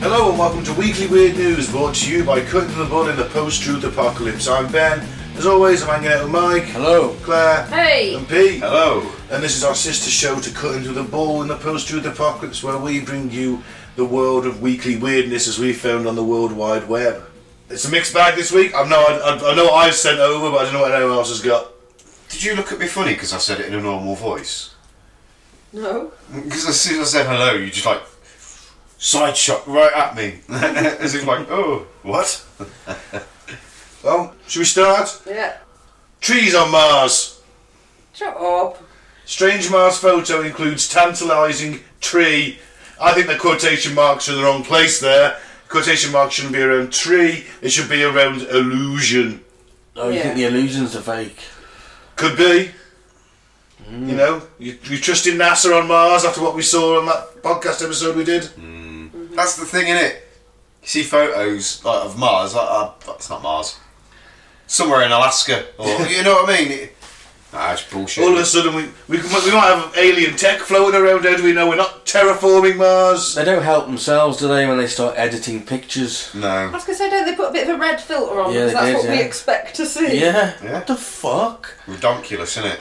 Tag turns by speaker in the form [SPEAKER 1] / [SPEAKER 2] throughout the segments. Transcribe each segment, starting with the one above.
[SPEAKER 1] Hello and welcome to Weekly Weird News, brought to you by Cutting the Bull in the Post-Truth Apocalypse. I'm Ben. As always, I'm hanging out with Mike.
[SPEAKER 2] Hello.
[SPEAKER 1] Claire.
[SPEAKER 3] Hey!
[SPEAKER 1] And Pete.
[SPEAKER 2] Hello.
[SPEAKER 1] And this is our sister show to Cut Into the Ball in the Post Truth Apocalypse, where we bring you the world of weekly weirdness as we found on the World Wide Web. It's a mixed bag this week. I've no, I, I know what I've sent over, but I don't know what anyone else has got.
[SPEAKER 2] Did you look at me funny because I said it in a normal voice?
[SPEAKER 3] No.
[SPEAKER 2] Because as soon as I said hello, you just like side shot right at me, as if like, oh, what?
[SPEAKER 1] Well, should we start?
[SPEAKER 3] Yeah.
[SPEAKER 1] Trees on Mars.
[SPEAKER 3] Shut up.
[SPEAKER 1] Strange Mars photo includes tantalising tree. I think the quotation marks are in the wrong place there. Quotation marks shouldn't be around tree. It should be around illusion.
[SPEAKER 4] Oh, you
[SPEAKER 3] Yeah.
[SPEAKER 4] think the illusions are fake?
[SPEAKER 1] Could be. You know, you, you trusting NASA on Mars after what we saw on that podcast episode we did?
[SPEAKER 2] That's the thing in it. You see photos like, of Mars. Like, uh, it's not Mars. Somewhere in Alaska, or you know what I mean? It, nah, it's bullshit.
[SPEAKER 1] All of a sudden, we, we, we might have alien tech floating around. How do we know we're not terraforming Mars?
[SPEAKER 4] They don't help themselves, do they, when they start editing pictures?
[SPEAKER 3] I
[SPEAKER 2] no.
[SPEAKER 3] was going to say, don't they put a bit of a red filter on?
[SPEAKER 4] Yeah,
[SPEAKER 3] because
[SPEAKER 4] they
[SPEAKER 3] that's
[SPEAKER 4] did,
[SPEAKER 3] what we
[SPEAKER 4] yeah.
[SPEAKER 3] expect to see.
[SPEAKER 4] Yeah.
[SPEAKER 2] Yeah.
[SPEAKER 4] What the fuck?
[SPEAKER 2] Redonkulous, isn't it?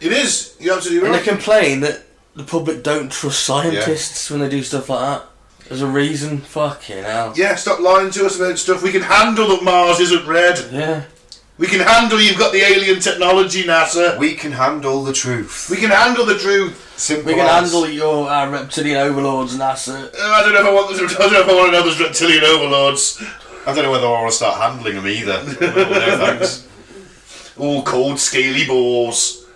[SPEAKER 1] It is. You're absolutely
[SPEAKER 4] And they
[SPEAKER 1] right.
[SPEAKER 4] complain that the public don't trust scientists when they do stuff like that. There's a reason. Fucking hell.
[SPEAKER 1] Yeah, stop lying to us about stuff. We can handle that Mars isn't red.
[SPEAKER 4] Yeah.
[SPEAKER 1] We can handle you've got the alien technology, NASA.
[SPEAKER 2] We can handle the truth.
[SPEAKER 1] We can handle the truth.
[SPEAKER 2] Simple
[SPEAKER 4] We can
[SPEAKER 2] as.
[SPEAKER 4] handle your uh, reptilian overlords, NASA.
[SPEAKER 1] Uh, I don't know if I want. those- I don't know if I want another reptilian overlords.
[SPEAKER 2] I don't know whether I want to start handling them either. no thanks.
[SPEAKER 1] All cold, scaly balls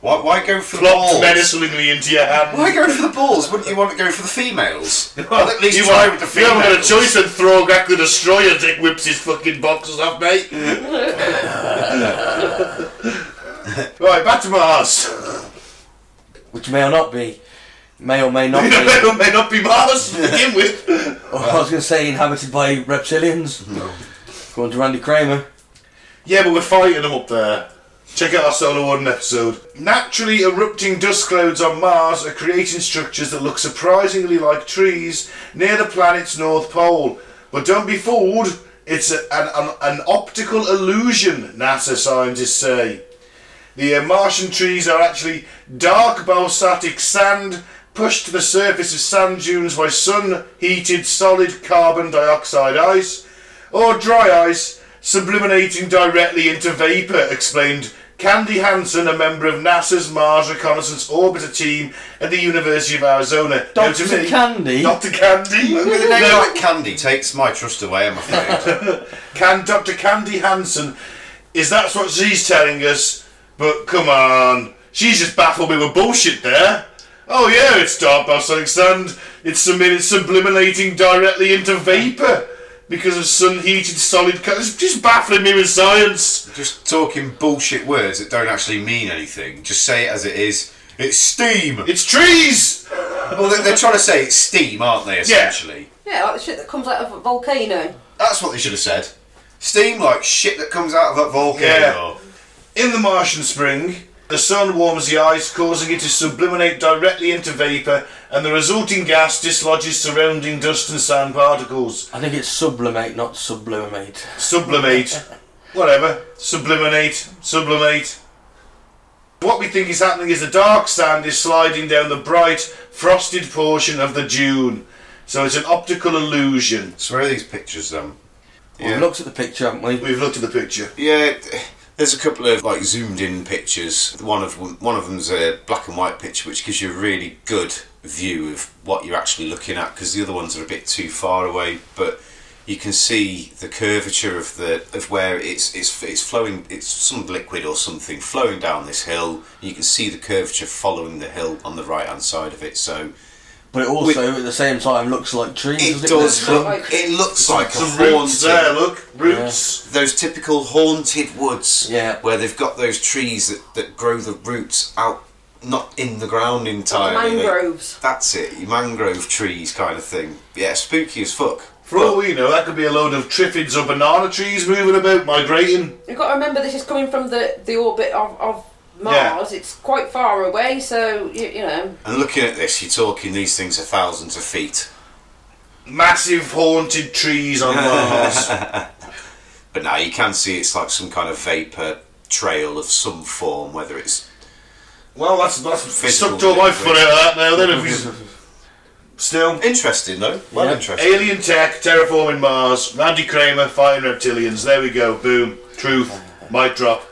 [SPEAKER 2] Why, why go for the
[SPEAKER 1] plopped
[SPEAKER 2] balls?
[SPEAKER 1] menacingly into your hand.
[SPEAKER 2] Why go for the balls? Wouldn't you want to go for the females? Well, at least
[SPEAKER 1] you
[SPEAKER 2] try
[SPEAKER 1] are-
[SPEAKER 2] with the
[SPEAKER 1] You
[SPEAKER 2] females.
[SPEAKER 1] haven't got a choice in Throgak the Destroyer dick whips his fucking boxes off, mate. right, back to Mars.
[SPEAKER 4] Which may or not be. May or may not
[SPEAKER 1] You know,
[SPEAKER 4] be.
[SPEAKER 1] it may not be Mars to begin with.
[SPEAKER 4] Or I was going to say inhabited by reptilians. No. According to Randy Kramer.
[SPEAKER 1] Yeah, but we're fighting them up there. Check out our Solar One episode. Naturally erupting dust clouds on Mars are creating structures that look surprisingly like trees near the planet's north pole. But don't be fooled, it's a, an, an, an optical illusion, NASA scientists say. The uh, Martian trees are actually dark balsatic sand pushed to the surface of sand dunes by sun heated solid carbon dioxide ice or dry ice subliminating directly into vapour, explained Candy Hansen, a member of NASA's Mars Reconnaissance Orbiter team at the University of Arizona. Now, to
[SPEAKER 4] Dr.
[SPEAKER 1] me-
[SPEAKER 4] Candy?
[SPEAKER 1] Dr. Candy?
[SPEAKER 2] The name
[SPEAKER 1] No,
[SPEAKER 2] like Candy takes my trust away, I'm afraid.
[SPEAKER 1] Can Dr. Candy Hansen is that's what she's telling us? But come on, she's just baffled me with bullshit there. Oh yeah, it's dark balsamic sand. It's sub- it's subliminating directly into vapor because of sun-heated solid. Co- it's just baffling me with science.
[SPEAKER 2] Just talking bullshit words that don't actually mean anything. Just say it as it is. It's steam!
[SPEAKER 1] It's trees.
[SPEAKER 2] Well, they- they're trying to say it's steam, aren't they, essentially?
[SPEAKER 3] Yeah, like the shit that comes out of a volcano.
[SPEAKER 2] That's what they should have said. Steam like shit that comes out of that volcano.
[SPEAKER 1] Yeah. In the Martian spring, the sun warms the ice, causing it to subliminate directly into vapor, and the resulting gas dislodges surrounding dust and sand particles.
[SPEAKER 4] I think it's sublimate, not sublimate.
[SPEAKER 1] sublimate, whatever, subliminate, sublimate. What we think is happening is the dark sand is sliding down the bright, frosted portion of the dune. So it's an optical illusion.
[SPEAKER 2] So where are these pictures um, then?
[SPEAKER 4] We've looked at the picture, haven't we?
[SPEAKER 1] We've looked at the picture.
[SPEAKER 2] Yeah, th- there's a couple of like zoomed in pictures. One of one of them's a black and white picture, which gives you a really good view of what you're actually looking at, because the other ones are a bit too far away. But you can see the curvature of the of where it's it's it's flowing. It's some liquid or something flowing down this hill. You can see the curvature following the hill on the right hand side of it. So
[SPEAKER 4] But it also, at the same time, looks like trees.
[SPEAKER 2] it
[SPEAKER 4] doesn't
[SPEAKER 2] does
[SPEAKER 3] look
[SPEAKER 2] look.
[SPEAKER 3] like-
[SPEAKER 2] It looks like a
[SPEAKER 1] Some roots
[SPEAKER 2] haunting-
[SPEAKER 1] there, look. Roots.
[SPEAKER 2] those typical haunted woods
[SPEAKER 4] Yeah.
[SPEAKER 2] where they've got those trees that, that grow the roots out not in the ground
[SPEAKER 4] Oh,
[SPEAKER 2] entirely
[SPEAKER 3] Mangroves.
[SPEAKER 2] that's it your mangrove trees kind of thing yeah spooky as fuck
[SPEAKER 1] For all we know, that could be a load of triffids or banana trees moving about, migrating.
[SPEAKER 3] You've got to remember this is coming from the, the orbit of, of Mars. It's quite far away, so, you, you know.
[SPEAKER 2] and looking at this you're talking these things are thousands of feet
[SPEAKER 1] massive haunted trees on Mars.
[SPEAKER 2] But now you can see it's like some kind of vapor trail of some form, whether it's
[SPEAKER 1] well, that's that's
[SPEAKER 2] Physical
[SPEAKER 1] sucked all my
[SPEAKER 2] liquid.
[SPEAKER 1] fun out of that now. Then if we still
[SPEAKER 2] interesting though. Well,
[SPEAKER 4] Yeah.
[SPEAKER 2] interesting.
[SPEAKER 1] alien tech terraforming Mars, Randy Kramer fighting reptilians. There we go. Boom. Truth. Mic drop.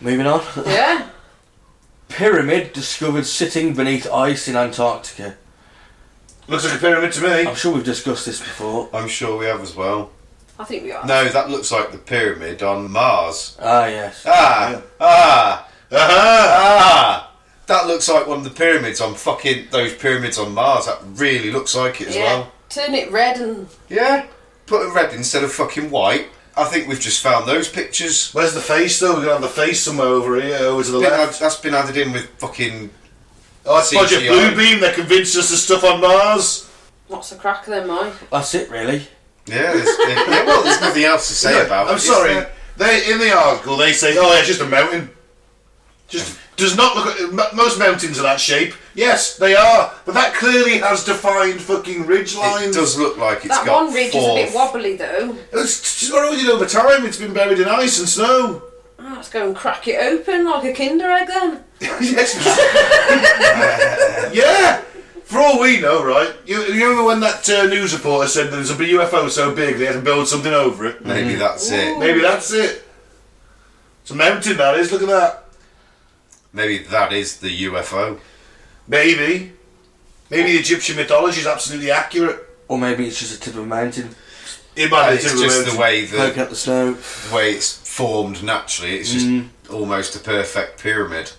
[SPEAKER 4] Moving on.
[SPEAKER 3] Yeah.
[SPEAKER 4] Pyramid discovered sitting beneath ice in Antarctica.
[SPEAKER 1] Looks like a pyramid to me.
[SPEAKER 4] I'm sure we've discussed this before.
[SPEAKER 2] I'm sure we have as well.
[SPEAKER 3] I think we are.
[SPEAKER 2] No, that looks like the pyramid on Mars.
[SPEAKER 4] Ah, yes.
[SPEAKER 2] Ah, ah,
[SPEAKER 1] Aha!
[SPEAKER 2] ah. That looks like one of the pyramids on fucking those pyramids on Mars. That really looks like it as
[SPEAKER 3] yeah.
[SPEAKER 2] well.
[SPEAKER 3] Turn it red and
[SPEAKER 2] Yeah. Put a red instead of fucking white. I think we've just found those pictures.
[SPEAKER 1] Where's the face though? We're gonna have the face somewhere over here, over to the
[SPEAKER 2] Been
[SPEAKER 1] left.
[SPEAKER 2] add- that's been added in with fucking
[SPEAKER 1] Oh, it's Project
[SPEAKER 2] CGI.
[SPEAKER 1] Bluebeam. They convinced us there's stuff on Mars.
[SPEAKER 3] what's the crack then, Mike?
[SPEAKER 4] That's it, really.
[SPEAKER 2] yeah. There's, yeah well, there's nothing else to say
[SPEAKER 1] Look,
[SPEAKER 2] about.
[SPEAKER 1] I'm
[SPEAKER 2] it, is
[SPEAKER 1] sorry.
[SPEAKER 2] there?
[SPEAKER 1] They in the article they say, oh, yeah, it's just a mountain. Just does not look. m- Most mountains are that shape. Yes, they are, but that clearly has defined fucking ridge
[SPEAKER 2] It
[SPEAKER 1] lines.
[SPEAKER 2] does look like it's
[SPEAKER 3] That
[SPEAKER 2] got
[SPEAKER 3] one ridge is a
[SPEAKER 2] four.
[SPEAKER 3] bit wobbly though.
[SPEAKER 1] It's it's eroded over time. It's been buried in ice and snow.
[SPEAKER 3] Oh, let's go and crack it open like a Kinder egg then.
[SPEAKER 1] yes. yeah. For all we know, right? You, you remember when that uh, news reporter said there's a UFO so big they had to build something over it?
[SPEAKER 2] Maybe that's it.
[SPEAKER 1] Maybe that's it. It's a mountain, that is. Look at that.
[SPEAKER 2] Maybe that is the UFO.
[SPEAKER 1] Maybe. Maybe the Egyptian mythology is absolutely accurate.
[SPEAKER 4] Or maybe it's just a tip of a mountain
[SPEAKER 1] It might be
[SPEAKER 2] It's just the way
[SPEAKER 4] poking
[SPEAKER 2] the
[SPEAKER 4] up the snow.
[SPEAKER 2] way it's formed naturally. It's just
[SPEAKER 4] Mm.
[SPEAKER 2] almost a perfect pyramid.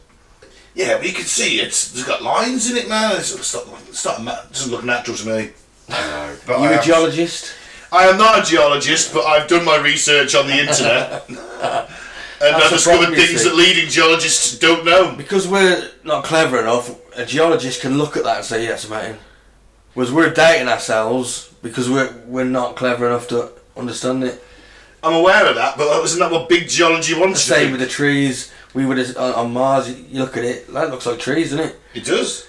[SPEAKER 1] Yeah, but you can see it's, it's got lines in it, man. It's, it's not, it's not, ma- it doesn't look natural to me.
[SPEAKER 2] I know. But um,
[SPEAKER 4] You
[SPEAKER 2] I
[SPEAKER 4] a
[SPEAKER 2] am-
[SPEAKER 4] geologist?
[SPEAKER 1] I am not a geologist, but I've done my research on the internet. and I've
[SPEAKER 4] the
[SPEAKER 1] discovered
[SPEAKER 4] problem, you
[SPEAKER 1] things
[SPEAKER 4] see.
[SPEAKER 1] that leading geologists don't know.
[SPEAKER 4] Because we're not clever enough, a geologist can look at that and say, yeah, it's a mountain. Whereas we're doubting ourselves because we're, we're not clever enough to understand it.
[SPEAKER 1] I'm aware of that, but isn't that what big geology
[SPEAKER 4] The
[SPEAKER 1] wants to
[SPEAKER 4] same
[SPEAKER 1] do?
[SPEAKER 4] with the trees. We would on, on Mars. You look at it. That looks like trees, doesn't it?
[SPEAKER 1] It does.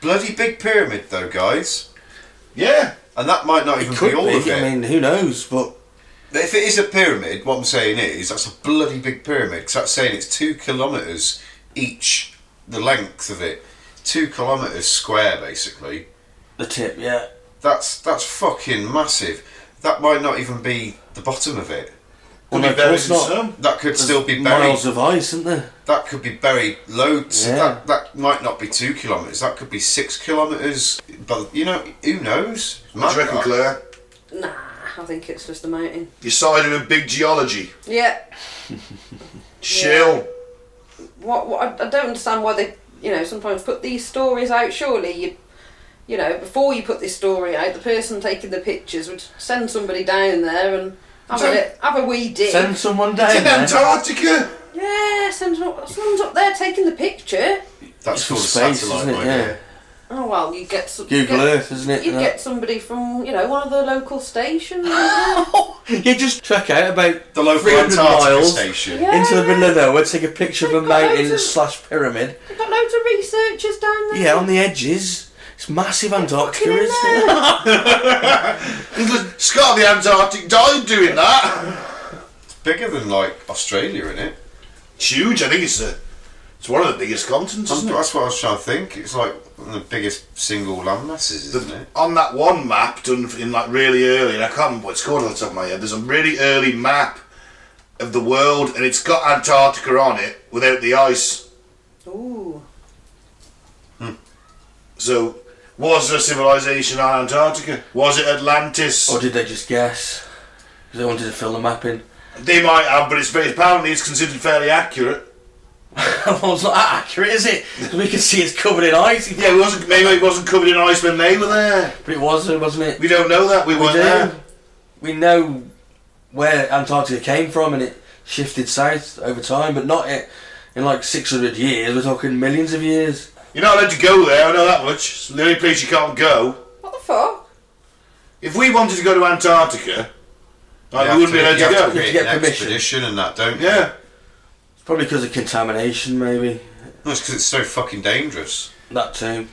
[SPEAKER 2] bloody big pyramid though, guys.
[SPEAKER 1] Yeah.
[SPEAKER 2] And that might not even be all of it.
[SPEAKER 4] I mean, who knows? But
[SPEAKER 2] If it is a pyramid, what I'm saying is that's a bloody big pyramid. Because that's saying it's two kilometres each, the length of it, two kilometres square basically.
[SPEAKER 4] the tip, yeah.
[SPEAKER 2] That's that's fucking massive. That might not even be the bottom of it.
[SPEAKER 1] Could
[SPEAKER 4] Well, no,
[SPEAKER 1] be
[SPEAKER 4] of
[SPEAKER 1] buried in
[SPEAKER 4] course not.
[SPEAKER 1] snow.
[SPEAKER 2] That could still be buried.
[SPEAKER 4] Miles of ice, isn't there?
[SPEAKER 2] That could be buried loads.
[SPEAKER 4] Yeah.
[SPEAKER 2] That that might not be two kilometres. That could be six kilometres. But you know, who knows?
[SPEAKER 1] What do you reckon, Claire?
[SPEAKER 3] Nah, I think it's just a mountain.
[SPEAKER 1] You sided with big geology.
[SPEAKER 3] Yeah.
[SPEAKER 1] Chill.
[SPEAKER 3] What? What? I, I don't understand why they, you know, sometimes put these stories out. Surely you, you know, before you put this story out, the person taking the pictures would send somebody down there and have
[SPEAKER 1] Send-
[SPEAKER 3] a have a wee dig.
[SPEAKER 4] Send someone down
[SPEAKER 1] In
[SPEAKER 4] there.
[SPEAKER 1] Antarctica.
[SPEAKER 3] yeah, send some- someone's up there taking the picture.
[SPEAKER 2] That's
[SPEAKER 4] It's
[SPEAKER 2] called a
[SPEAKER 4] from space,
[SPEAKER 2] satellite
[SPEAKER 4] isn't it?
[SPEAKER 2] idea.
[SPEAKER 4] Yeah.
[SPEAKER 3] Oh well, you get some.
[SPEAKER 4] Google
[SPEAKER 3] you get,
[SPEAKER 4] Earth, isn't it?
[SPEAKER 3] You'd
[SPEAKER 4] You know?
[SPEAKER 3] get somebody from you know one of the local stations.
[SPEAKER 4] you just trek out about
[SPEAKER 2] The local
[SPEAKER 4] 300
[SPEAKER 2] Antarctica
[SPEAKER 4] miles
[SPEAKER 2] station.
[SPEAKER 3] Yeah.
[SPEAKER 4] into the middle of nowhere, take a picture of a
[SPEAKER 3] They've got loads
[SPEAKER 4] mountain
[SPEAKER 3] of-
[SPEAKER 4] slash pyramid.
[SPEAKER 3] You've got loads of researchers down there.
[SPEAKER 4] Yeah, on the edges. It's massive Antarctica,
[SPEAKER 3] Fucking
[SPEAKER 4] isn't it?
[SPEAKER 1] Scott the Antarctic died doing that.
[SPEAKER 2] It's bigger than like Australia, isn't it?
[SPEAKER 1] It's huge. I think it's the it's one of the biggest continents,
[SPEAKER 2] That's
[SPEAKER 1] isn't it?
[SPEAKER 2] that's what I was trying to think. It's like one of the biggest single land masses, isn't it?
[SPEAKER 1] On that one map done in like really early, and I can't remember what it's called off the top of my head. There's a really early map of the world, and it's got Antarctica on it without the ice.
[SPEAKER 3] Ooh.
[SPEAKER 1] So, was there civilization on Antarctica? Was it Atlantis?
[SPEAKER 2] Oh,
[SPEAKER 4] Or did they just guess? Because they wanted to fill the map in.
[SPEAKER 1] they might have, but it's very, apparently it's considered fairly accurate.
[SPEAKER 4] well, it's not that accurate, is it? 'Cause we can see it's covered in ice.
[SPEAKER 1] Yeah, it wasn't. Maybe it wasn't covered in ice when they were there.
[SPEAKER 4] But it was, wasn't it?
[SPEAKER 1] We don't know that. We, weren't
[SPEAKER 4] do.
[SPEAKER 1] there.
[SPEAKER 4] uh, We know where Antarctica came from, and it shifted south over time, but not it in like 600 years. We're talking millions of years.
[SPEAKER 1] You're not allowed to go there. I know that much. It's the only place you can't go.
[SPEAKER 3] What the fuck?
[SPEAKER 1] If we wanted to go to Antarctica, like,
[SPEAKER 2] You
[SPEAKER 1] we wouldn't be allowed
[SPEAKER 2] have to- you have
[SPEAKER 1] to
[SPEAKER 2] to
[SPEAKER 1] go.
[SPEAKER 4] You
[SPEAKER 2] create
[SPEAKER 4] get
[SPEAKER 2] an
[SPEAKER 4] permission.
[SPEAKER 2] expedition and that, don't you?
[SPEAKER 1] Yeah.
[SPEAKER 4] It's probably because of contamination, maybe.
[SPEAKER 2] No, it's because it's so fucking dangerous.
[SPEAKER 4] That too.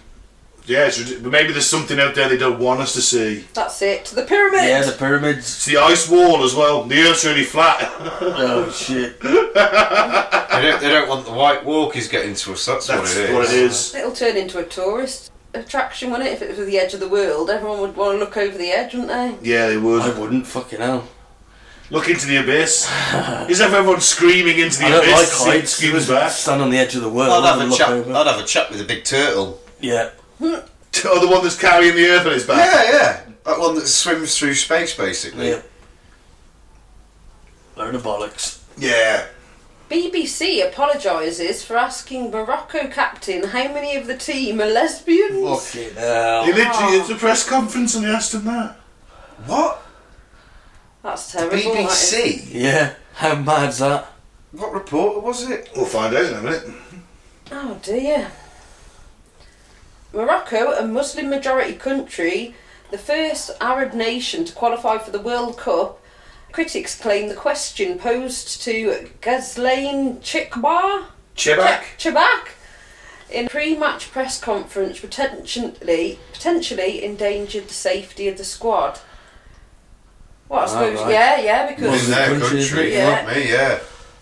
[SPEAKER 1] Yeah, it's, ridic- but maybe there's something out there they don't want us to see.
[SPEAKER 3] That's it. To the pyramid.
[SPEAKER 4] Yeah, the pyramids.
[SPEAKER 1] It's the ice wall as well. The Earth's really flat.
[SPEAKER 4] Oh shit.
[SPEAKER 2] They don't, they don't want the white walkies getting to us. That's,
[SPEAKER 1] That's
[SPEAKER 2] what it is.
[SPEAKER 1] what it is.
[SPEAKER 3] It'll turn into a tourist attraction, wouldn't it? If it was the edge of the world, everyone would want to look over the edge, wouldn't they?
[SPEAKER 1] Yeah, they would.
[SPEAKER 4] I wouldn't fucking hell.
[SPEAKER 1] Look into the abyss. Is everyone screaming into the
[SPEAKER 4] I don't like
[SPEAKER 1] abyss?
[SPEAKER 4] heights. You
[SPEAKER 1] Scoots back.
[SPEAKER 4] stand on the edge of the world
[SPEAKER 2] I'd have
[SPEAKER 4] and
[SPEAKER 2] a
[SPEAKER 4] look
[SPEAKER 2] chat.
[SPEAKER 4] over.
[SPEAKER 2] I'd have a chat with the big turtle.
[SPEAKER 4] Yeah.
[SPEAKER 1] Oh, the one that's carrying the Earth on his back.
[SPEAKER 2] Yeah, yeah. That one that swims through space, basically.
[SPEAKER 4] Yeah. Load of bollocks.
[SPEAKER 2] Yeah.
[SPEAKER 3] BBC apologises for asking Morocco captain how many of the team are lesbians.
[SPEAKER 4] Fucking hell.
[SPEAKER 1] He literally, it's a press conference and they asked him that.
[SPEAKER 2] What?
[SPEAKER 3] That's terrible. that is.
[SPEAKER 2] BBC?
[SPEAKER 4] Yeah. How mad's that?
[SPEAKER 2] What reporter was it?
[SPEAKER 1] We'll find out in a minute.
[SPEAKER 3] Oh dear. Morocco, a Muslim majority country, the first Arab nation to qualify for the World Cup, critics claim the question posed to Ghislaine Chikbar
[SPEAKER 1] Chebak.
[SPEAKER 3] Chebak in pre-match press conference potentially potentially endangered the safety of the squad. Well, I
[SPEAKER 4] Ah,
[SPEAKER 3] suppose
[SPEAKER 4] right.
[SPEAKER 3] yeah, yeah, because
[SPEAKER 4] Well,
[SPEAKER 2] In
[SPEAKER 4] the
[SPEAKER 2] their
[SPEAKER 4] country,
[SPEAKER 2] country,
[SPEAKER 3] isn't it?
[SPEAKER 2] not me, yeah.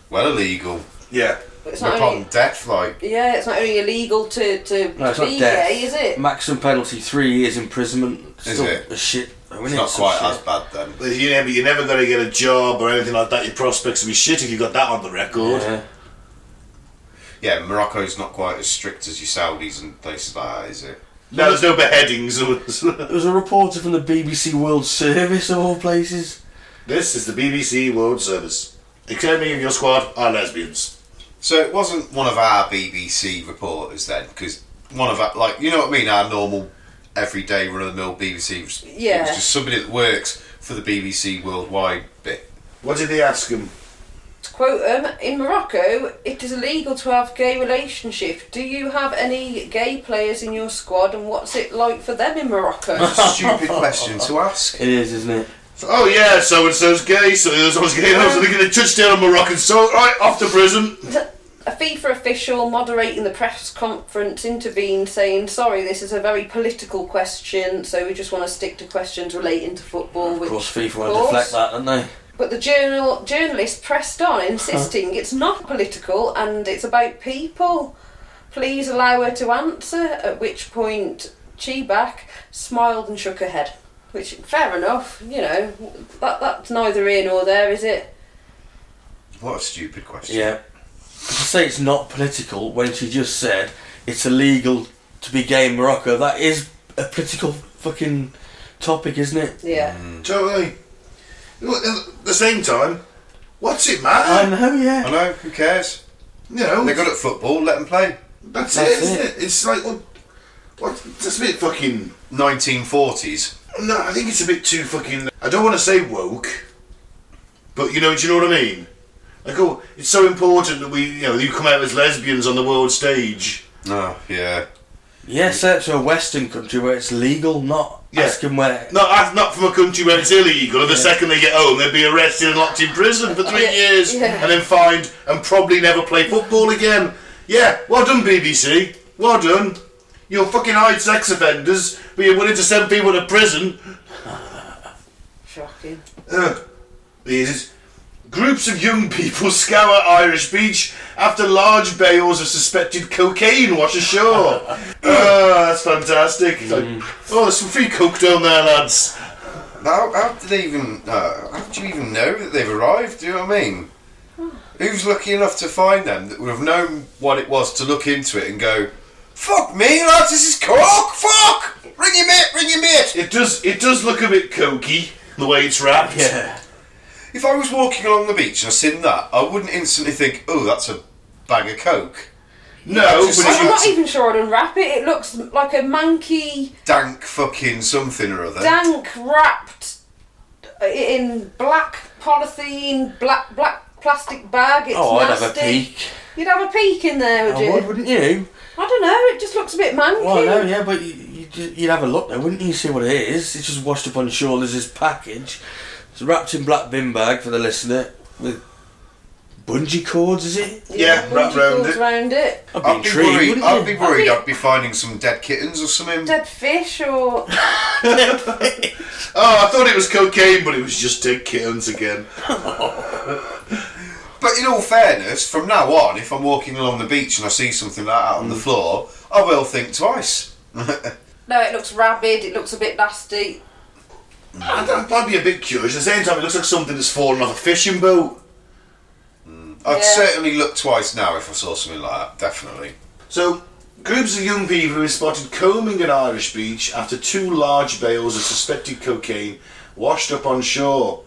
[SPEAKER 2] Well, illegal.
[SPEAKER 1] Yeah.
[SPEAKER 3] it's
[SPEAKER 2] They're
[SPEAKER 3] not
[SPEAKER 2] upon
[SPEAKER 3] only
[SPEAKER 2] death, like.
[SPEAKER 3] yeah, it's not only illegal to to
[SPEAKER 4] No, it's not
[SPEAKER 3] be
[SPEAKER 4] death.
[SPEAKER 3] gay, is it?
[SPEAKER 4] Maximum penalty three years imprisonment.
[SPEAKER 2] Is
[SPEAKER 4] Still
[SPEAKER 2] it?
[SPEAKER 4] A shit. I mean,
[SPEAKER 2] It's not
[SPEAKER 4] it's a
[SPEAKER 2] quite
[SPEAKER 4] shit.
[SPEAKER 2] as bad then.
[SPEAKER 1] But You never, you're never going to get a job or anything like that. Your prospects will be shit if you got that on the record.
[SPEAKER 4] Yeah.
[SPEAKER 2] Yeah, Morocco's not quite as strict as your Saudis and places like that, is it?
[SPEAKER 1] No, there's no beheadings.
[SPEAKER 4] It was a reporter from the BBC World Service of all places.
[SPEAKER 1] this is the BBC World Service. Except many of your squad are lesbians.
[SPEAKER 2] So it wasn't one of our BBC reporters then, because one of our, like, you know what I mean, our normal, everyday run of the mill BBC. Was, It
[SPEAKER 3] Yeah.
[SPEAKER 2] was just somebody that works for the BBC worldwide bit.
[SPEAKER 1] What did they ask him?
[SPEAKER 3] To quote them, in Morocco, it is illegal to have gay relationship. Do you have any gay players in your squad, and what's it like for them in Morocco?
[SPEAKER 2] Stupid question to ask.
[SPEAKER 4] It is, isn't it?
[SPEAKER 1] Oh yeah, so and so's gay, so and so's gay, so they're going to touch down on Moroccan soil. Right, off to prison.
[SPEAKER 3] A FIFA official moderating the press conference intervened, saying, "Sorry, this is a very political question, so we just want to stick to questions relating to football."
[SPEAKER 4] Of
[SPEAKER 3] which,
[SPEAKER 4] course, FIFA
[SPEAKER 3] of
[SPEAKER 4] want to
[SPEAKER 3] course.
[SPEAKER 4] deflect that, don't they?
[SPEAKER 3] But the journal journalist pressed on, insisting it's not political and it's about people. Please allow her to answer. At which point, Cheeback smiled and shook her head. Which, fair enough, you know, that that's neither here nor there, is it?
[SPEAKER 2] What a stupid question.
[SPEAKER 4] Yeah. To say it's not political when she just said it's illegal to be gay in Morocco, that is a political fucking topic, isn't it?
[SPEAKER 3] Yeah.
[SPEAKER 4] Mm.
[SPEAKER 1] Totally. At the same time, what's it
[SPEAKER 4] I
[SPEAKER 1] matter?
[SPEAKER 3] Ah.
[SPEAKER 4] know,
[SPEAKER 2] I
[SPEAKER 4] yeah.
[SPEAKER 2] know, who cares?
[SPEAKER 1] You know,
[SPEAKER 2] They're good at football, let them play.
[SPEAKER 1] that's,
[SPEAKER 4] That's
[SPEAKER 1] it, isn't
[SPEAKER 4] it.
[SPEAKER 1] it? It's like, well, what? That's a bit fucking.
[SPEAKER 2] 1940s.
[SPEAKER 1] No, I think it's a bit too fucking. I don't want to say woke, but you know, do you know what I mean? Like, oh, it's so important that we, you know, you come out as lesbians on the world stage.
[SPEAKER 2] No, Oh, yeah.
[SPEAKER 4] Yeah, set to a Western country where it's legal, not
[SPEAKER 1] Yeah.
[SPEAKER 4] asking where.
[SPEAKER 1] Not, as- not from a country where it's illegal, and the second they get home, they'd be arrested and locked in prison for three
[SPEAKER 3] Yeah,
[SPEAKER 1] years,
[SPEAKER 3] yeah.
[SPEAKER 1] and then fined, and probably never play football again. Yeah, well done, BBC. Well done. You'll fucking hide sex offenders, but you're willing to send people to prison.
[SPEAKER 3] Shocking.
[SPEAKER 1] Ugh. These groups of young people scour Irish beach after large bales of suspected cocaine wash ashore. Ah, that's fantastic. It's like, oh, there's some free coke down there, lads.
[SPEAKER 2] How, how do they even? Uh, how do you even know that they've arrived? Do you know what I mean? Who's lucky enough to find them that would have known what it was to look into it and go, "Fuck me, lads, this is cork. Fuck! Ring your mate, ring your mate."
[SPEAKER 1] It does. It does look a bit cokey the way it's wrapped.
[SPEAKER 4] Yeah.
[SPEAKER 2] If I was walking along the beach and I seen that, I wouldn't instantly think, "Oh, that's a bag of coke."
[SPEAKER 1] No,
[SPEAKER 2] It's
[SPEAKER 1] but
[SPEAKER 2] just-
[SPEAKER 1] if
[SPEAKER 3] I'm
[SPEAKER 1] you,
[SPEAKER 3] not even sure I'd unwrap it. It looks like a manky,
[SPEAKER 2] Dank fucking something or
[SPEAKER 4] Uh.
[SPEAKER 2] other.
[SPEAKER 3] dank, wrapped in black polythene, black black plastic bag. It's
[SPEAKER 4] Oh, I'd
[SPEAKER 3] nasty.
[SPEAKER 4] have a peek.
[SPEAKER 3] You'd have a peek in there, would Hmm.
[SPEAKER 4] I
[SPEAKER 3] you?
[SPEAKER 4] would, wouldn't you?
[SPEAKER 3] I don't know. It just looks a bit manky.
[SPEAKER 4] Well, no, yeah, but you, you, ju- you'd have a look there, wouldn't you? See what it is. It's just washed up on shore. There's this package. It's wrapped in black bin bag for the listener with bungee cords, is it?
[SPEAKER 1] Yeah, wrap
[SPEAKER 3] bungee
[SPEAKER 1] round
[SPEAKER 3] cords
[SPEAKER 1] it.
[SPEAKER 3] round it.
[SPEAKER 4] I'd be
[SPEAKER 2] I'd be
[SPEAKER 4] intrigued.
[SPEAKER 2] worried.
[SPEAKER 4] wouldn't
[SPEAKER 2] I'd
[SPEAKER 4] you?
[SPEAKER 2] be worried.
[SPEAKER 3] I'd
[SPEAKER 2] I'd be finding some dead kittens or something.
[SPEAKER 3] Dead fish or
[SPEAKER 1] Oh, I thought it was cocaine, but it was just dead kittens again.
[SPEAKER 2] But in all fairness, from now on, if I'm walking along the beach and I see something like that on the floor, I will think twice.
[SPEAKER 3] no, it looks rabid. It looks a bit nasty.
[SPEAKER 1] I'd, I'd be a bit curious. At the same time, it looks like something that's fallen off a fishing boat.
[SPEAKER 2] I'd
[SPEAKER 3] Yeah.
[SPEAKER 2] certainly look twice now if I saw something like that. Definitely.
[SPEAKER 1] So, groups of young people were spotted combing an Irish beach after two large bales of suspected cocaine washed up on shore.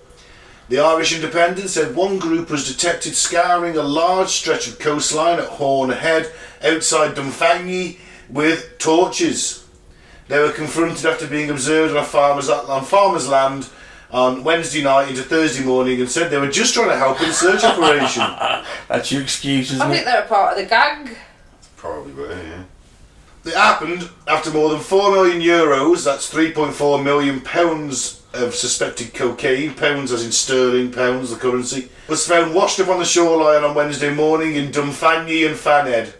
[SPEAKER 1] The Irish Independent said one group was detected scouring a large stretch of coastline at Horn Head outside Dunfangy with torches. They were confronted after being observed on a farmer's, on farmer's land on Wednesday night into Thursday morning and said they were just trying to help in search operation.
[SPEAKER 4] That's your excuse,
[SPEAKER 3] I
[SPEAKER 4] isn't
[SPEAKER 3] think
[SPEAKER 4] it?
[SPEAKER 3] they're a part of the gag.
[SPEAKER 2] Probably were. Yeah.
[SPEAKER 1] It happened after more than 4 million euros, that's 3.4 million pounds of suspected cocaine, pounds as in sterling, pounds the currency, was found washed up on the shoreline on Wednesday morning in Dunfangy and Fanhead.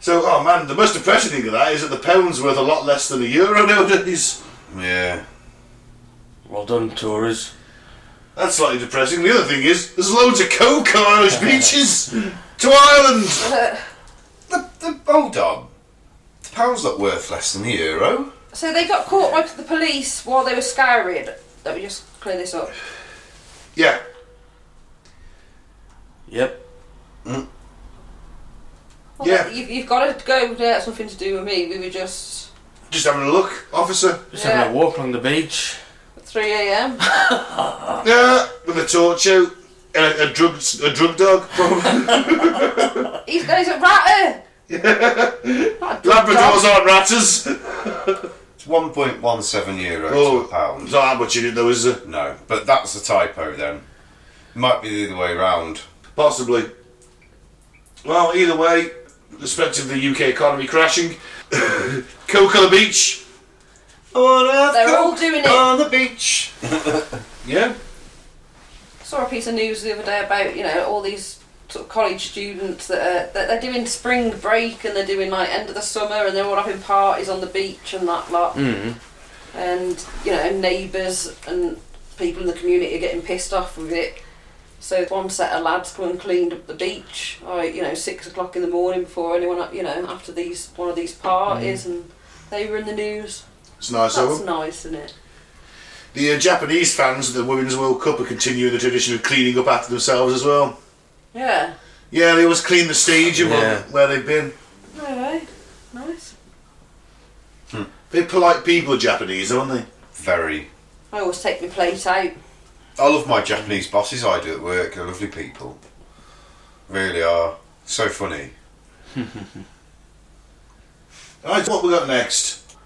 [SPEAKER 1] So, oh man, the most depressing thing of that is that the pound's worth a lot less than a euro nowadays.
[SPEAKER 2] Yeah.
[SPEAKER 4] Well done, Tories.
[SPEAKER 1] That's slightly depressing. The other thing is, there's loads of coke on Irish beaches to Ireland!
[SPEAKER 2] The, the hold on. The pound's not worth less than the euro.
[SPEAKER 3] So they got caught by the police while they were scouring. Let me just clear this up.
[SPEAKER 1] Yeah,
[SPEAKER 4] Yep.
[SPEAKER 3] Well,
[SPEAKER 1] Yeah.
[SPEAKER 3] You've, you've got to go. Yeah, it's nothing to do with me. We were just
[SPEAKER 1] just having a look, officer.
[SPEAKER 4] Just
[SPEAKER 3] Yeah.
[SPEAKER 4] having a walk along the beach.
[SPEAKER 3] at 3 a.m.
[SPEAKER 1] Yeah, with a torch out. A, a drug, a drug dog, probably.
[SPEAKER 3] he's, no, he's a ratter. Not a
[SPEAKER 1] Labradors aren't ratters.
[SPEAKER 2] It's 1.17 euros
[SPEAKER 1] Oh,
[SPEAKER 2] to a pound.
[SPEAKER 1] It's not that much in it though, is there?
[SPEAKER 2] No, but that's the typo then. Might be the other way round.
[SPEAKER 1] Possibly. Well, either way, respect of the UK economy crashing. Coke on the beach.
[SPEAKER 3] They're all doing it.
[SPEAKER 2] on the beach.
[SPEAKER 1] Yeah.
[SPEAKER 3] saw a piece of news the other day about you know all these sort of college students that are that they're doing spring break and they're doing like end of the summer and they're all having parties on the beach and that lot and you know neighbours and people in the community are getting pissed off with it so one set of lads come and cleaned up the beach like you know six o'clock in the morning before anyone you know after these one of these parties and they were in the news
[SPEAKER 1] It's nice of
[SPEAKER 3] that's
[SPEAKER 1] them.
[SPEAKER 3] nice isn't it
[SPEAKER 1] The uh, Japanese fans of the Women's World Cup are continuing the tradition of cleaning up after themselves as well.
[SPEAKER 3] yeah
[SPEAKER 1] Yeah, they always clean the stadium up
[SPEAKER 4] Yeah.
[SPEAKER 1] where they've been.
[SPEAKER 3] alright nice
[SPEAKER 1] They're polite people, Japanese, aren't they?
[SPEAKER 2] Very.
[SPEAKER 3] I always take my plate out
[SPEAKER 2] I love my Japanese bosses I do at work. They're lovely people. Really are. So funny.
[SPEAKER 1] Alright, what we got next?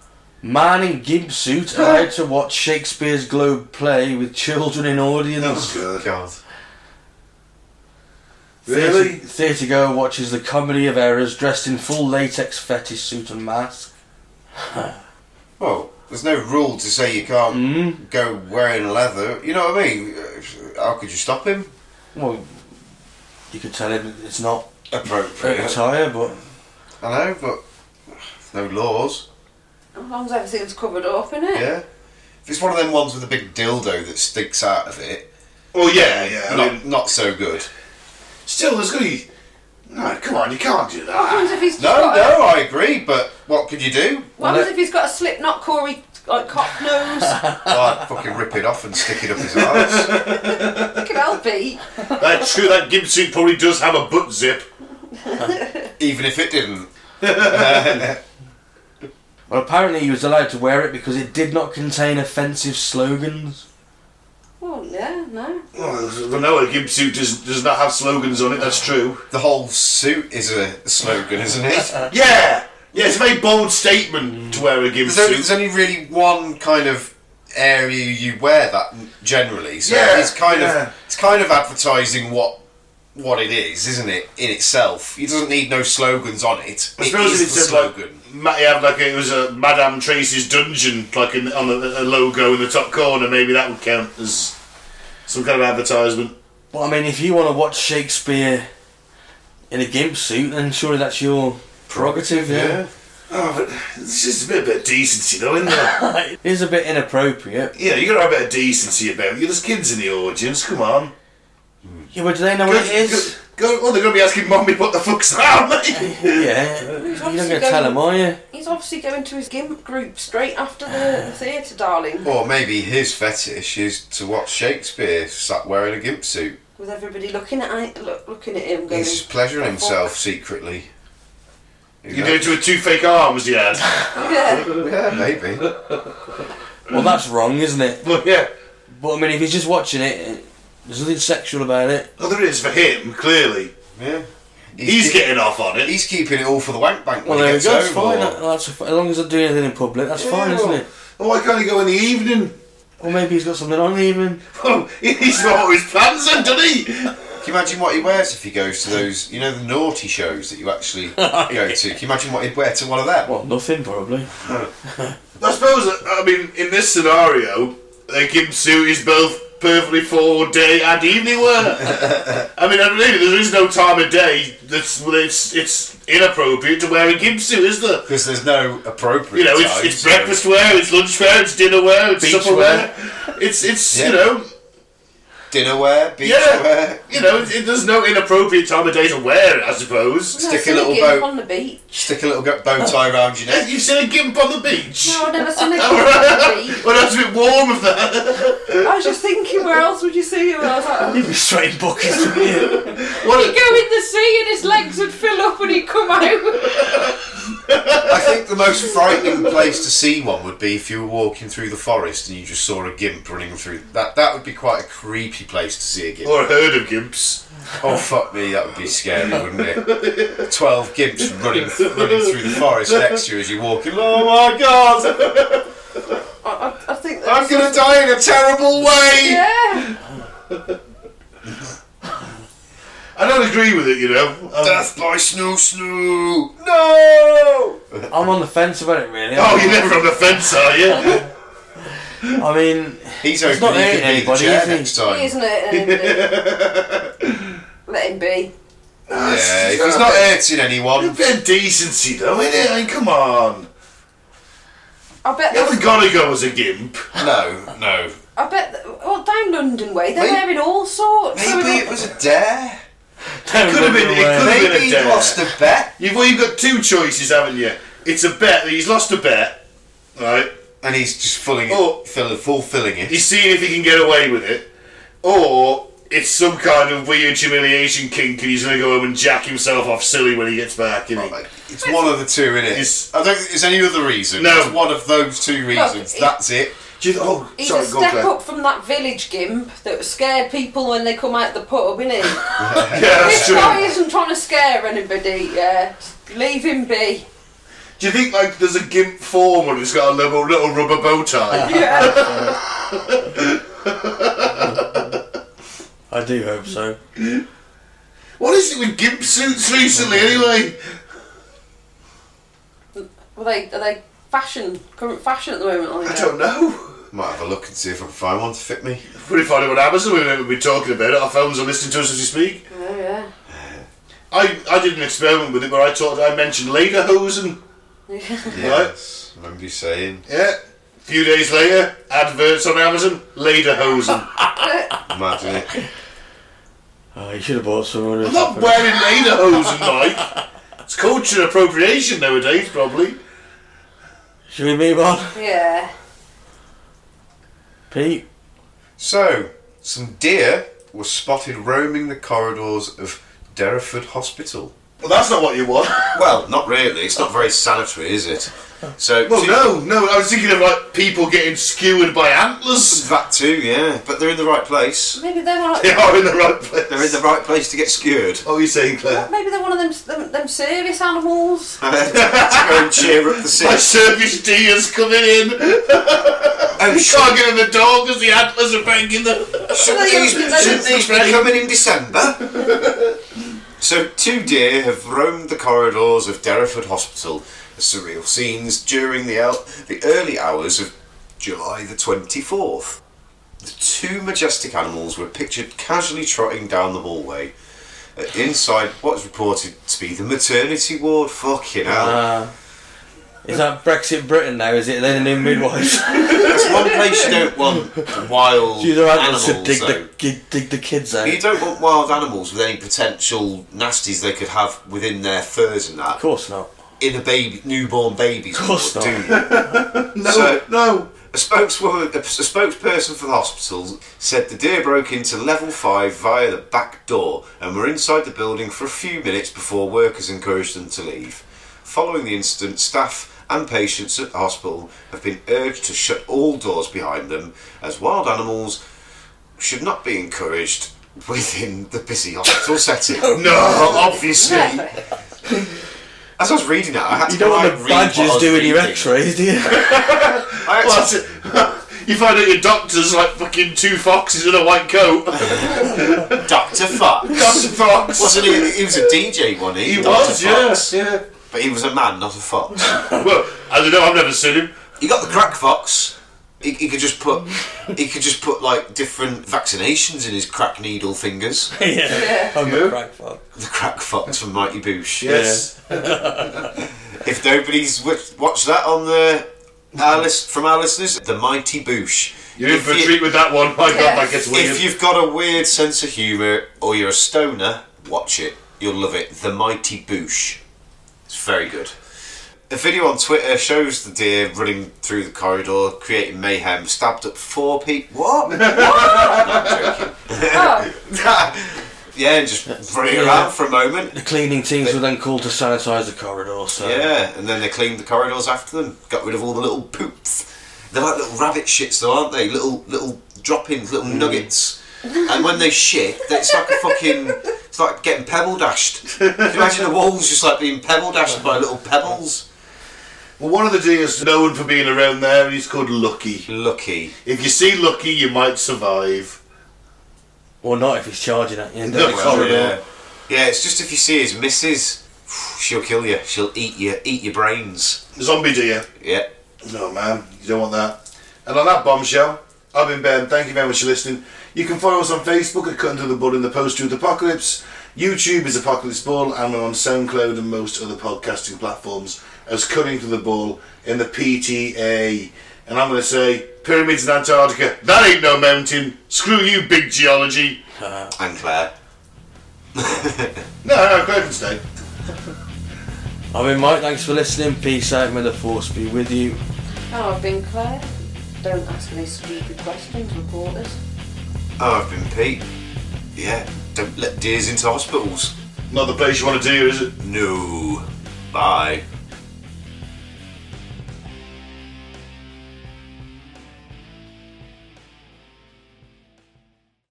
[SPEAKER 4] Man in gimp suit allowed to watch Shakespeare's Globe play with children in audience.
[SPEAKER 1] good.
[SPEAKER 2] God.
[SPEAKER 1] Really?
[SPEAKER 4] Theatre, theatre goer watches the comedy of errors dressed in full latex fetish suit and mask.
[SPEAKER 2] Well, there's no rule to say you can't
[SPEAKER 4] Mm.
[SPEAKER 2] go wearing leather. You know what I mean? How could you stop him?
[SPEAKER 4] Well, you could tell him it's not
[SPEAKER 2] Appropriate.
[SPEAKER 4] attire, but
[SPEAKER 2] I know, but no laws.
[SPEAKER 3] As long as everything's covered up, innit?
[SPEAKER 2] Yeah. If it's one of them ones with a big dildo that sticks out of it,
[SPEAKER 1] Oh yeah, yeah. I mean,
[SPEAKER 2] not, not so good.
[SPEAKER 1] still, there's gonna be. No, come on, you can't do
[SPEAKER 3] What
[SPEAKER 1] that.
[SPEAKER 3] happens if he's just
[SPEAKER 2] No,
[SPEAKER 3] got
[SPEAKER 2] no, I agree, but what could you do?
[SPEAKER 3] A, what happens
[SPEAKER 4] Well,
[SPEAKER 3] if he's got a slipknot Corey like cock nose?
[SPEAKER 2] Like fucking rip it off and stick it up his arse.
[SPEAKER 3] It could help it.
[SPEAKER 1] That's true. That gimp suit probably does have a butt zip.
[SPEAKER 2] Even if it didn't.
[SPEAKER 4] well, apparently he was allowed to wear it because it did not contain offensive slogans.
[SPEAKER 3] Well, yeah, no.
[SPEAKER 1] Well, I know a gimp suit does, does not have slogans on it, that's true.
[SPEAKER 2] The whole suit is a slogan, isn't it?
[SPEAKER 1] Yeah! Yeah, it's a very bold statement to wear a gimp
[SPEAKER 2] There's only, there's
[SPEAKER 1] suit.
[SPEAKER 2] only really one kind of area you wear that generally, so
[SPEAKER 1] Yeah,
[SPEAKER 2] it's kind
[SPEAKER 1] yeah.
[SPEAKER 2] of it's kind of advertising what what it is, isn't it? In itself, it doesn't need no slogans on it.
[SPEAKER 1] I suppose
[SPEAKER 2] is
[SPEAKER 1] if it
[SPEAKER 2] the
[SPEAKER 1] said like, ma- yeah, like it was a Madame Tracy's dungeon, like in, on the, a logo in the top corner, maybe that would count as some kind of advertisement.
[SPEAKER 4] But I mean, if you want to watch Shakespeare in a gimp suit, then surely that's your prerogative. Yeah.
[SPEAKER 1] Oh, but this is a bit, bit of decency, though, isn't there?
[SPEAKER 4] It is a bit inappropriate.
[SPEAKER 1] yeah, you got to have a bit of decency about you. There's kids in the audience. Come on.
[SPEAKER 4] Yeah, but do they know
[SPEAKER 1] Go,
[SPEAKER 4] what it is?
[SPEAKER 1] go- go- well, they're going to be asking mommy what the fuck's that, mate.
[SPEAKER 4] Yeah. You're not going to
[SPEAKER 3] obviously
[SPEAKER 4] tell them, are you?
[SPEAKER 3] He's obviously going to his gimp group straight after the, the theatre, darling,
[SPEAKER 2] Or maybe his fetish is to watch Shakespeare sat wearing a gimp suit.
[SPEAKER 3] with everybody looking at I, look, looking at him. Going,
[SPEAKER 2] He's pleasuring
[SPEAKER 3] "What the
[SPEAKER 2] himself secretly. Who
[SPEAKER 1] You're going to do two fake arms, yeah.
[SPEAKER 3] fuck?" Yeah.
[SPEAKER 2] knows? Yeah, maybe.
[SPEAKER 4] Well, that's wrong, isn't it?
[SPEAKER 1] Well, yeah.
[SPEAKER 4] But I mean, if he's just watching it, it- there's nothing sexual about it.
[SPEAKER 1] Well, oh, there is for him, clearly.
[SPEAKER 2] Yeah.
[SPEAKER 1] He's
[SPEAKER 2] keep-
[SPEAKER 1] getting off on it.
[SPEAKER 2] he's keeping it all for the wank bank. when
[SPEAKER 4] Well, there
[SPEAKER 2] he
[SPEAKER 4] we
[SPEAKER 2] gets
[SPEAKER 4] go. It's
[SPEAKER 2] home,
[SPEAKER 4] fine.
[SPEAKER 2] or-
[SPEAKER 4] That- That's f- as long as they're doing anything in public, that's fine,
[SPEAKER 1] Yeah.
[SPEAKER 4] isn't it?
[SPEAKER 1] Oh, why can't he go in the evening?
[SPEAKER 4] Or maybe he's got something on even.
[SPEAKER 1] Oh, he's got all his plans in, doesn't he?
[SPEAKER 2] Can you imagine what he wears if he goes to those, you know, the naughty shows that you actually go to? Can you imagine what he'd wear to one of them?
[SPEAKER 4] Well, nothing probably.
[SPEAKER 1] I suppose, uh, I mean, in this scenario, the gimp suit is both perfectly for day and evening wear. I mean, I believe there is no time of day that's it's, it's inappropriate to wear a gimp suit, is there?
[SPEAKER 2] Because there's no
[SPEAKER 1] You
[SPEAKER 2] appropriate.
[SPEAKER 1] know, it's,
[SPEAKER 2] time,
[SPEAKER 1] it's
[SPEAKER 2] so-
[SPEAKER 1] breakfast wear, it's lunch wear, it's dinner wear, it's
[SPEAKER 4] Beach
[SPEAKER 1] supper wear.
[SPEAKER 4] wear.
[SPEAKER 1] It's it's
[SPEAKER 2] Yeah.
[SPEAKER 1] you know
[SPEAKER 2] Dinner wear, beach
[SPEAKER 1] yeah
[SPEAKER 2] wear.
[SPEAKER 1] you know it, it- there's no inappropriate time of day to wear it I suppose.
[SPEAKER 3] No,
[SPEAKER 2] Stick a
[SPEAKER 3] seen
[SPEAKER 2] little
[SPEAKER 3] gimp
[SPEAKER 2] boat.
[SPEAKER 3] on the beach.
[SPEAKER 2] Stick a little go- bow tie around your neck.
[SPEAKER 1] You've seen a gimp on the beach.
[SPEAKER 3] No, I've never seen a gimp on the beach.
[SPEAKER 1] Well, that's a bit warm of that.
[SPEAKER 3] I was just thinking, where else would you see him? And I was like, "Oh."
[SPEAKER 4] He'd be straight buckets from you.
[SPEAKER 1] What a-
[SPEAKER 3] He'd go in the sea and his legs would fill up and he'd come out.
[SPEAKER 2] I think the most frightening place to see one would be if you were walking through the forest and you just saw a gimp running through. That that would be quite a creepy place to see a gimp.
[SPEAKER 1] or a herd of gimps.
[SPEAKER 2] Oh fuck me, that would be scary, wouldn't it? Twelve gimps running running through the forest next to you as you walk in. Oh my god,
[SPEAKER 3] I, I, I think
[SPEAKER 2] I'm
[SPEAKER 3] that's.
[SPEAKER 2] gonna die in a terrible way.
[SPEAKER 3] Yeah.
[SPEAKER 1] I don't agree with it, you know. Um,
[SPEAKER 2] Death by Snoo Snoo! No!
[SPEAKER 4] I'm on the fence about it, really.
[SPEAKER 1] Oh, you're never on the fence, are you?
[SPEAKER 4] I mean,
[SPEAKER 2] He's
[SPEAKER 4] It's
[SPEAKER 2] hoping
[SPEAKER 4] not
[SPEAKER 2] he
[SPEAKER 4] hurting
[SPEAKER 2] can be the
[SPEAKER 4] anybody,
[SPEAKER 2] chair
[SPEAKER 4] is he?
[SPEAKER 2] next time.
[SPEAKER 3] He isn't it? Let him be.
[SPEAKER 2] Yeah, if he's not hurting anyone,
[SPEAKER 1] A bit of decency, though, innit? I mean, come on.
[SPEAKER 3] I bet.
[SPEAKER 1] You haven't got to go as a gimp.
[SPEAKER 2] no, no.
[SPEAKER 3] I bet. that- Well, down London way, they're
[SPEAKER 2] Maybe-
[SPEAKER 3] wearing all sorts. I mean,
[SPEAKER 2] Maybe it was a dare.
[SPEAKER 1] could have been- it could have
[SPEAKER 2] Maybe
[SPEAKER 1] a
[SPEAKER 2] he
[SPEAKER 1] dare.
[SPEAKER 2] lost a bet
[SPEAKER 1] You've, well, you've got two choices, haven't you? It's a bet that he's lost a bet, right?
[SPEAKER 2] and he's just fulfilling it,
[SPEAKER 1] Oh.
[SPEAKER 2] fill- fulfilling it.
[SPEAKER 1] He's seeing if he can get away with it. Or it's some kind of weird humiliation kink and he's going to go home and jack himself off silly when he gets back, innit?
[SPEAKER 2] Like, It's one of the two, isn't
[SPEAKER 1] It's-
[SPEAKER 2] it? I don't think there's any other reason.
[SPEAKER 1] No.
[SPEAKER 2] It's one of those two reasons.
[SPEAKER 3] it-
[SPEAKER 2] That's it.
[SPEAKER 1] Do you, oh,
[SPEAKER 3] He's
[SPEAKER 1] sorry,
[SPEAKER 3] a
[SPEAKER 1] go on,
[SPEAKER 3] step
[SPEAKER 1] Claire.
[SPEAKER 3] up from that village gimp that scared people when they come out the pub, isn't he?
[SPEAKER 1] Yeah, that's
[SPEAKER 3] this
[SPEAKER 1] true.
[SPEAKER 3] guy isn't trying to scare anybody. Yeah, leave him be.
[SPEAKER 1] Do you think, like, there's a gimp foreman who's got a little, little rubber bow tie?
[SPEAKER 3] Yeah.
[SPEAKER 4] I do hope so.
[SPEAKER 1] What is it with gimp suits recently, anyway?
[SPEAKER 3] Are they? Are they fashion? Current fashion at the moment? Are they?
[SPEAKER 1] I don't know.
[SPEAKER 2] Might have a look and see if I can find one to fit me.
[SPEAKER 1] But if I knew on Amazon, we would be talking about it. Our phones are listening to us as we speak.
[SPEAKER 3] Oh, yeah.
[SPEAKER 1] I, I did an experiment with it where I talked. I mentioned lederhosen.
[SPEAKER 2] Yes. Remember you saying,
[SPEAKER 1] Yeah. A few days later, adverts on Amazon. Lederhosen.
[SPEAKER 2] imagine it.
[SPEAKER 4] Oh, you should have bought some. wouldn't
[SPEAKER 1] I'm
[SPEAKER 4] you?
[SPEAKER 1] not wearing lederhosen, Mike. It's culture appropriation nowadays, probably.
[SPEAKER 4] Should we move on,
[SPEAKER 3] Yeah.
[SPEAKER 4] Pete?
[SPEAKER 2] So, some deer were spotted roaming the corridors of Derriford Hospital.
[SPEAKER 1] Well, that's not what you want.
[SPEAKER 2] Well, not really. It's not very sanitary, is it? So,
[SPEAKER 1] Well,
[SPEAKER 2] two-
[SPEAKER 1] no, no. I was thinking of like people getting skewered by antlers.
[SPEAKER 2] that too, yeah. But they're in the right place.
[SPEAKER 3] Maybe they're not.
[SPEAKER 1] They are in the right place.
[SPEAKER 2] They're in the right place to get skewered.
[SPEAKER 1] What were you saying, Claire?
[SPEAKER 3] Maybe they're one of them them, them service animals.
[SPEAKER 2] to go and cheer up the
[SPEAKER 1] My
[SPEAKER 2] sick.
[SPEAKER 1] service deer's coming in.
[SPEAKER 2] Oh,
[SPEAKER 1] You can't get in the door because the antlers are banging the.
[SPEAKER 2] Shouldn't these, shouldn't these be coming in December? so, two deer have roamed the corridors of Derriford Hospital, the surreal scenes during the, el- the early hours of July the 24th. The two majestic animals were pictured casually trotting down the hallway uh, inside what is reported to be the maternity ward. Fucking hell.
[SPEAKER 4] Uh, is that Brexit Britain now? Is it then a new midwife?
[SPEAKER 2] That's one place you don't want wild
[SPEAKER 4] She's allowed
[SPEAKER 2] animals.
[SPEAKER 4] to dig
[SPEAKER 2] though.
[SPEAKER 4] the, dig, dig the kids out.
[SPEAKER 2] You don't want wild animals with any potential nasties they could have within their furs and
[SPEAKER 4] Of
[SPEAKER 2] that
[SPEAKER 4] course not.
[SPEAKER 2] in a baby, newborn baby's
[SPEAKER 4] Of course
[SPEAKER 2] blood,
[SPEAKER 4] not.
[SPEAKER 2] do you?
[SPEAKER 1] No,
[SPEAKER 2] So-
[SPEAKER 1] Oh, no.
[SPEAKER 2] A spokeswoman, a, spokesperson for the hospital said the deer broke into level five via the back door and were inside the building for a few minutes before workers encouraged them to leave. Following the incident, staff and patients at the hospital have been urged to shut all doors behind them, as wild animals should not be encouraged within the busy hospital setting. no, obviously. As I was reading that, I had to
[SPEAKER 4] You don't want
[SPEAKER 2] like,
[SPEAKER 4] the
[SPEAKER 2] read what I
[SPEAKER 4] badgers
[SPEAKER 2] was
[SPEAKER 4] doing your
[SPEAKER 2] reading.
[SPEAKER 4] x-rays, do you?
[SPEAKER 2] I had to
[SPEAKER 1] Well, that's it. You find out your doctor's like fucking two foxes in a white coat.
[SPEAKER 2] Dr. Fox.
[SPEAKER 1] That's a fox.
[SPEAKER 2] Wasn't he? He was a DJ, wasn't he?
[SPEAKER 1] He
[SPEAKER 2] Dr.
[SPEAKER 1] was,
[SPEAKER 2] Fox.
[SPEAKER 1] yes, yeah.
[SPEAKER 2] But he was a man, not a fox.
[SPEAKER 1] Well, I don't know. I've never seen him.
[SPEAKER 2] he got the crack fox. He, he could just put, he could just put like different vaccinations in his crack needle fingers.
[SPEAKER 3] Yeah.
[SPEAKER 4] I'm
[SPEAKER 1] Yeah.
[SPEAKER 4] a crack fuck.
[SPEAKER 2] The crack fox from Mighty Boosh.
[SPEAKER 1] Yes.
[SPEAKER 2] If nobody's w- watched that on the our list from our listeners, the Mighty Boosh.
[SPEAKER 1] You're in
[SPEAKER 2] If
[SPEAKER 1] for a
[SPEAKER 2] you-
[SPEAKER 1] treat with that one. My
[SPEAKER 3] Yes.
[SPEAKER 1] God, that gets weird.
[SPEAKER 2] If you've got a weird sense of humour or you're a stoner, watch it. You'll love it. The Mighty Boosh. It's very good. A video on Twitter shows the deer running through the corridor, creating mayhem, stabbed up four people. What? what? No, I'm joking.
[SPEAKER 3] Oh,
[SPEAKER 2] yeah, and just running
[SPEAKER 4] Yeah.
[SPEAKER 2] around for a moment.
[SPEAKER 4] The cleaning teams were then called to sanitise the corridor, so...
[SPEAKER 2] Yeah, and then they cleaned the corridors after them, got rid of all the little poops. They're like little rabbit shits, though, aren't they? Little little droppings, little nuggets. And when they shit, it's like a fucking. It's like getting pebble dashed. Can you imagine the walls just like being pebble dashed by little pebbles?
[SPEAKER 1] well, one of the deers known for being around there, he's called Lucky.
[SPEAKER 2] Lucky.
[SPEAKER 1] If you see Lucky, you might survive.
[SPEAKER 4] Or not if he's charging at you.
[SPEAKER 1] No,
[SPEAKER 4] don't
[SPEAKER 1] well,
[SPEAKER 4] you?
[SPEAKER 2] yeah. yeah, it's just if you see his missus, she'll kill you. She'll eat you, eat your brains.
[SPEAKER 1] Zombie deer.
[SPEAKER 2] Yeah.
[SPEAKER 1] No, man, you don't want that. And on that bombshell, I've been Ben. Thank you very much for listening. You can follow us on Facebook at Cutting to the Bull in the Post Truth Apocalypse. YouTube is Apocalypse Ball, and we're on SoundCloud and most other podcasting platforms as Cutting to the Bull in the PTA. And I'm going to say, pyramids in Antarctica, that ain't no mountain. Screw you, big geology.
[SPEAKER 2] And Claire. Oh,
[SPEAKER 1] No, no, Craig can stay.
[SPEAKER 4] I've been Mike, thanks for listening. Peace out, may the force be with you.
[SPEAKER 3] oh, I've been Claire. Don't ask any stupid questions, reporters.
[SPEAKER 2] Oh, I've been Pete. Yeah, don't let deers into hospitals.
[SPEAKER 1] Not the place you want to do, is it?
[SPEAKER 2] No. Bye.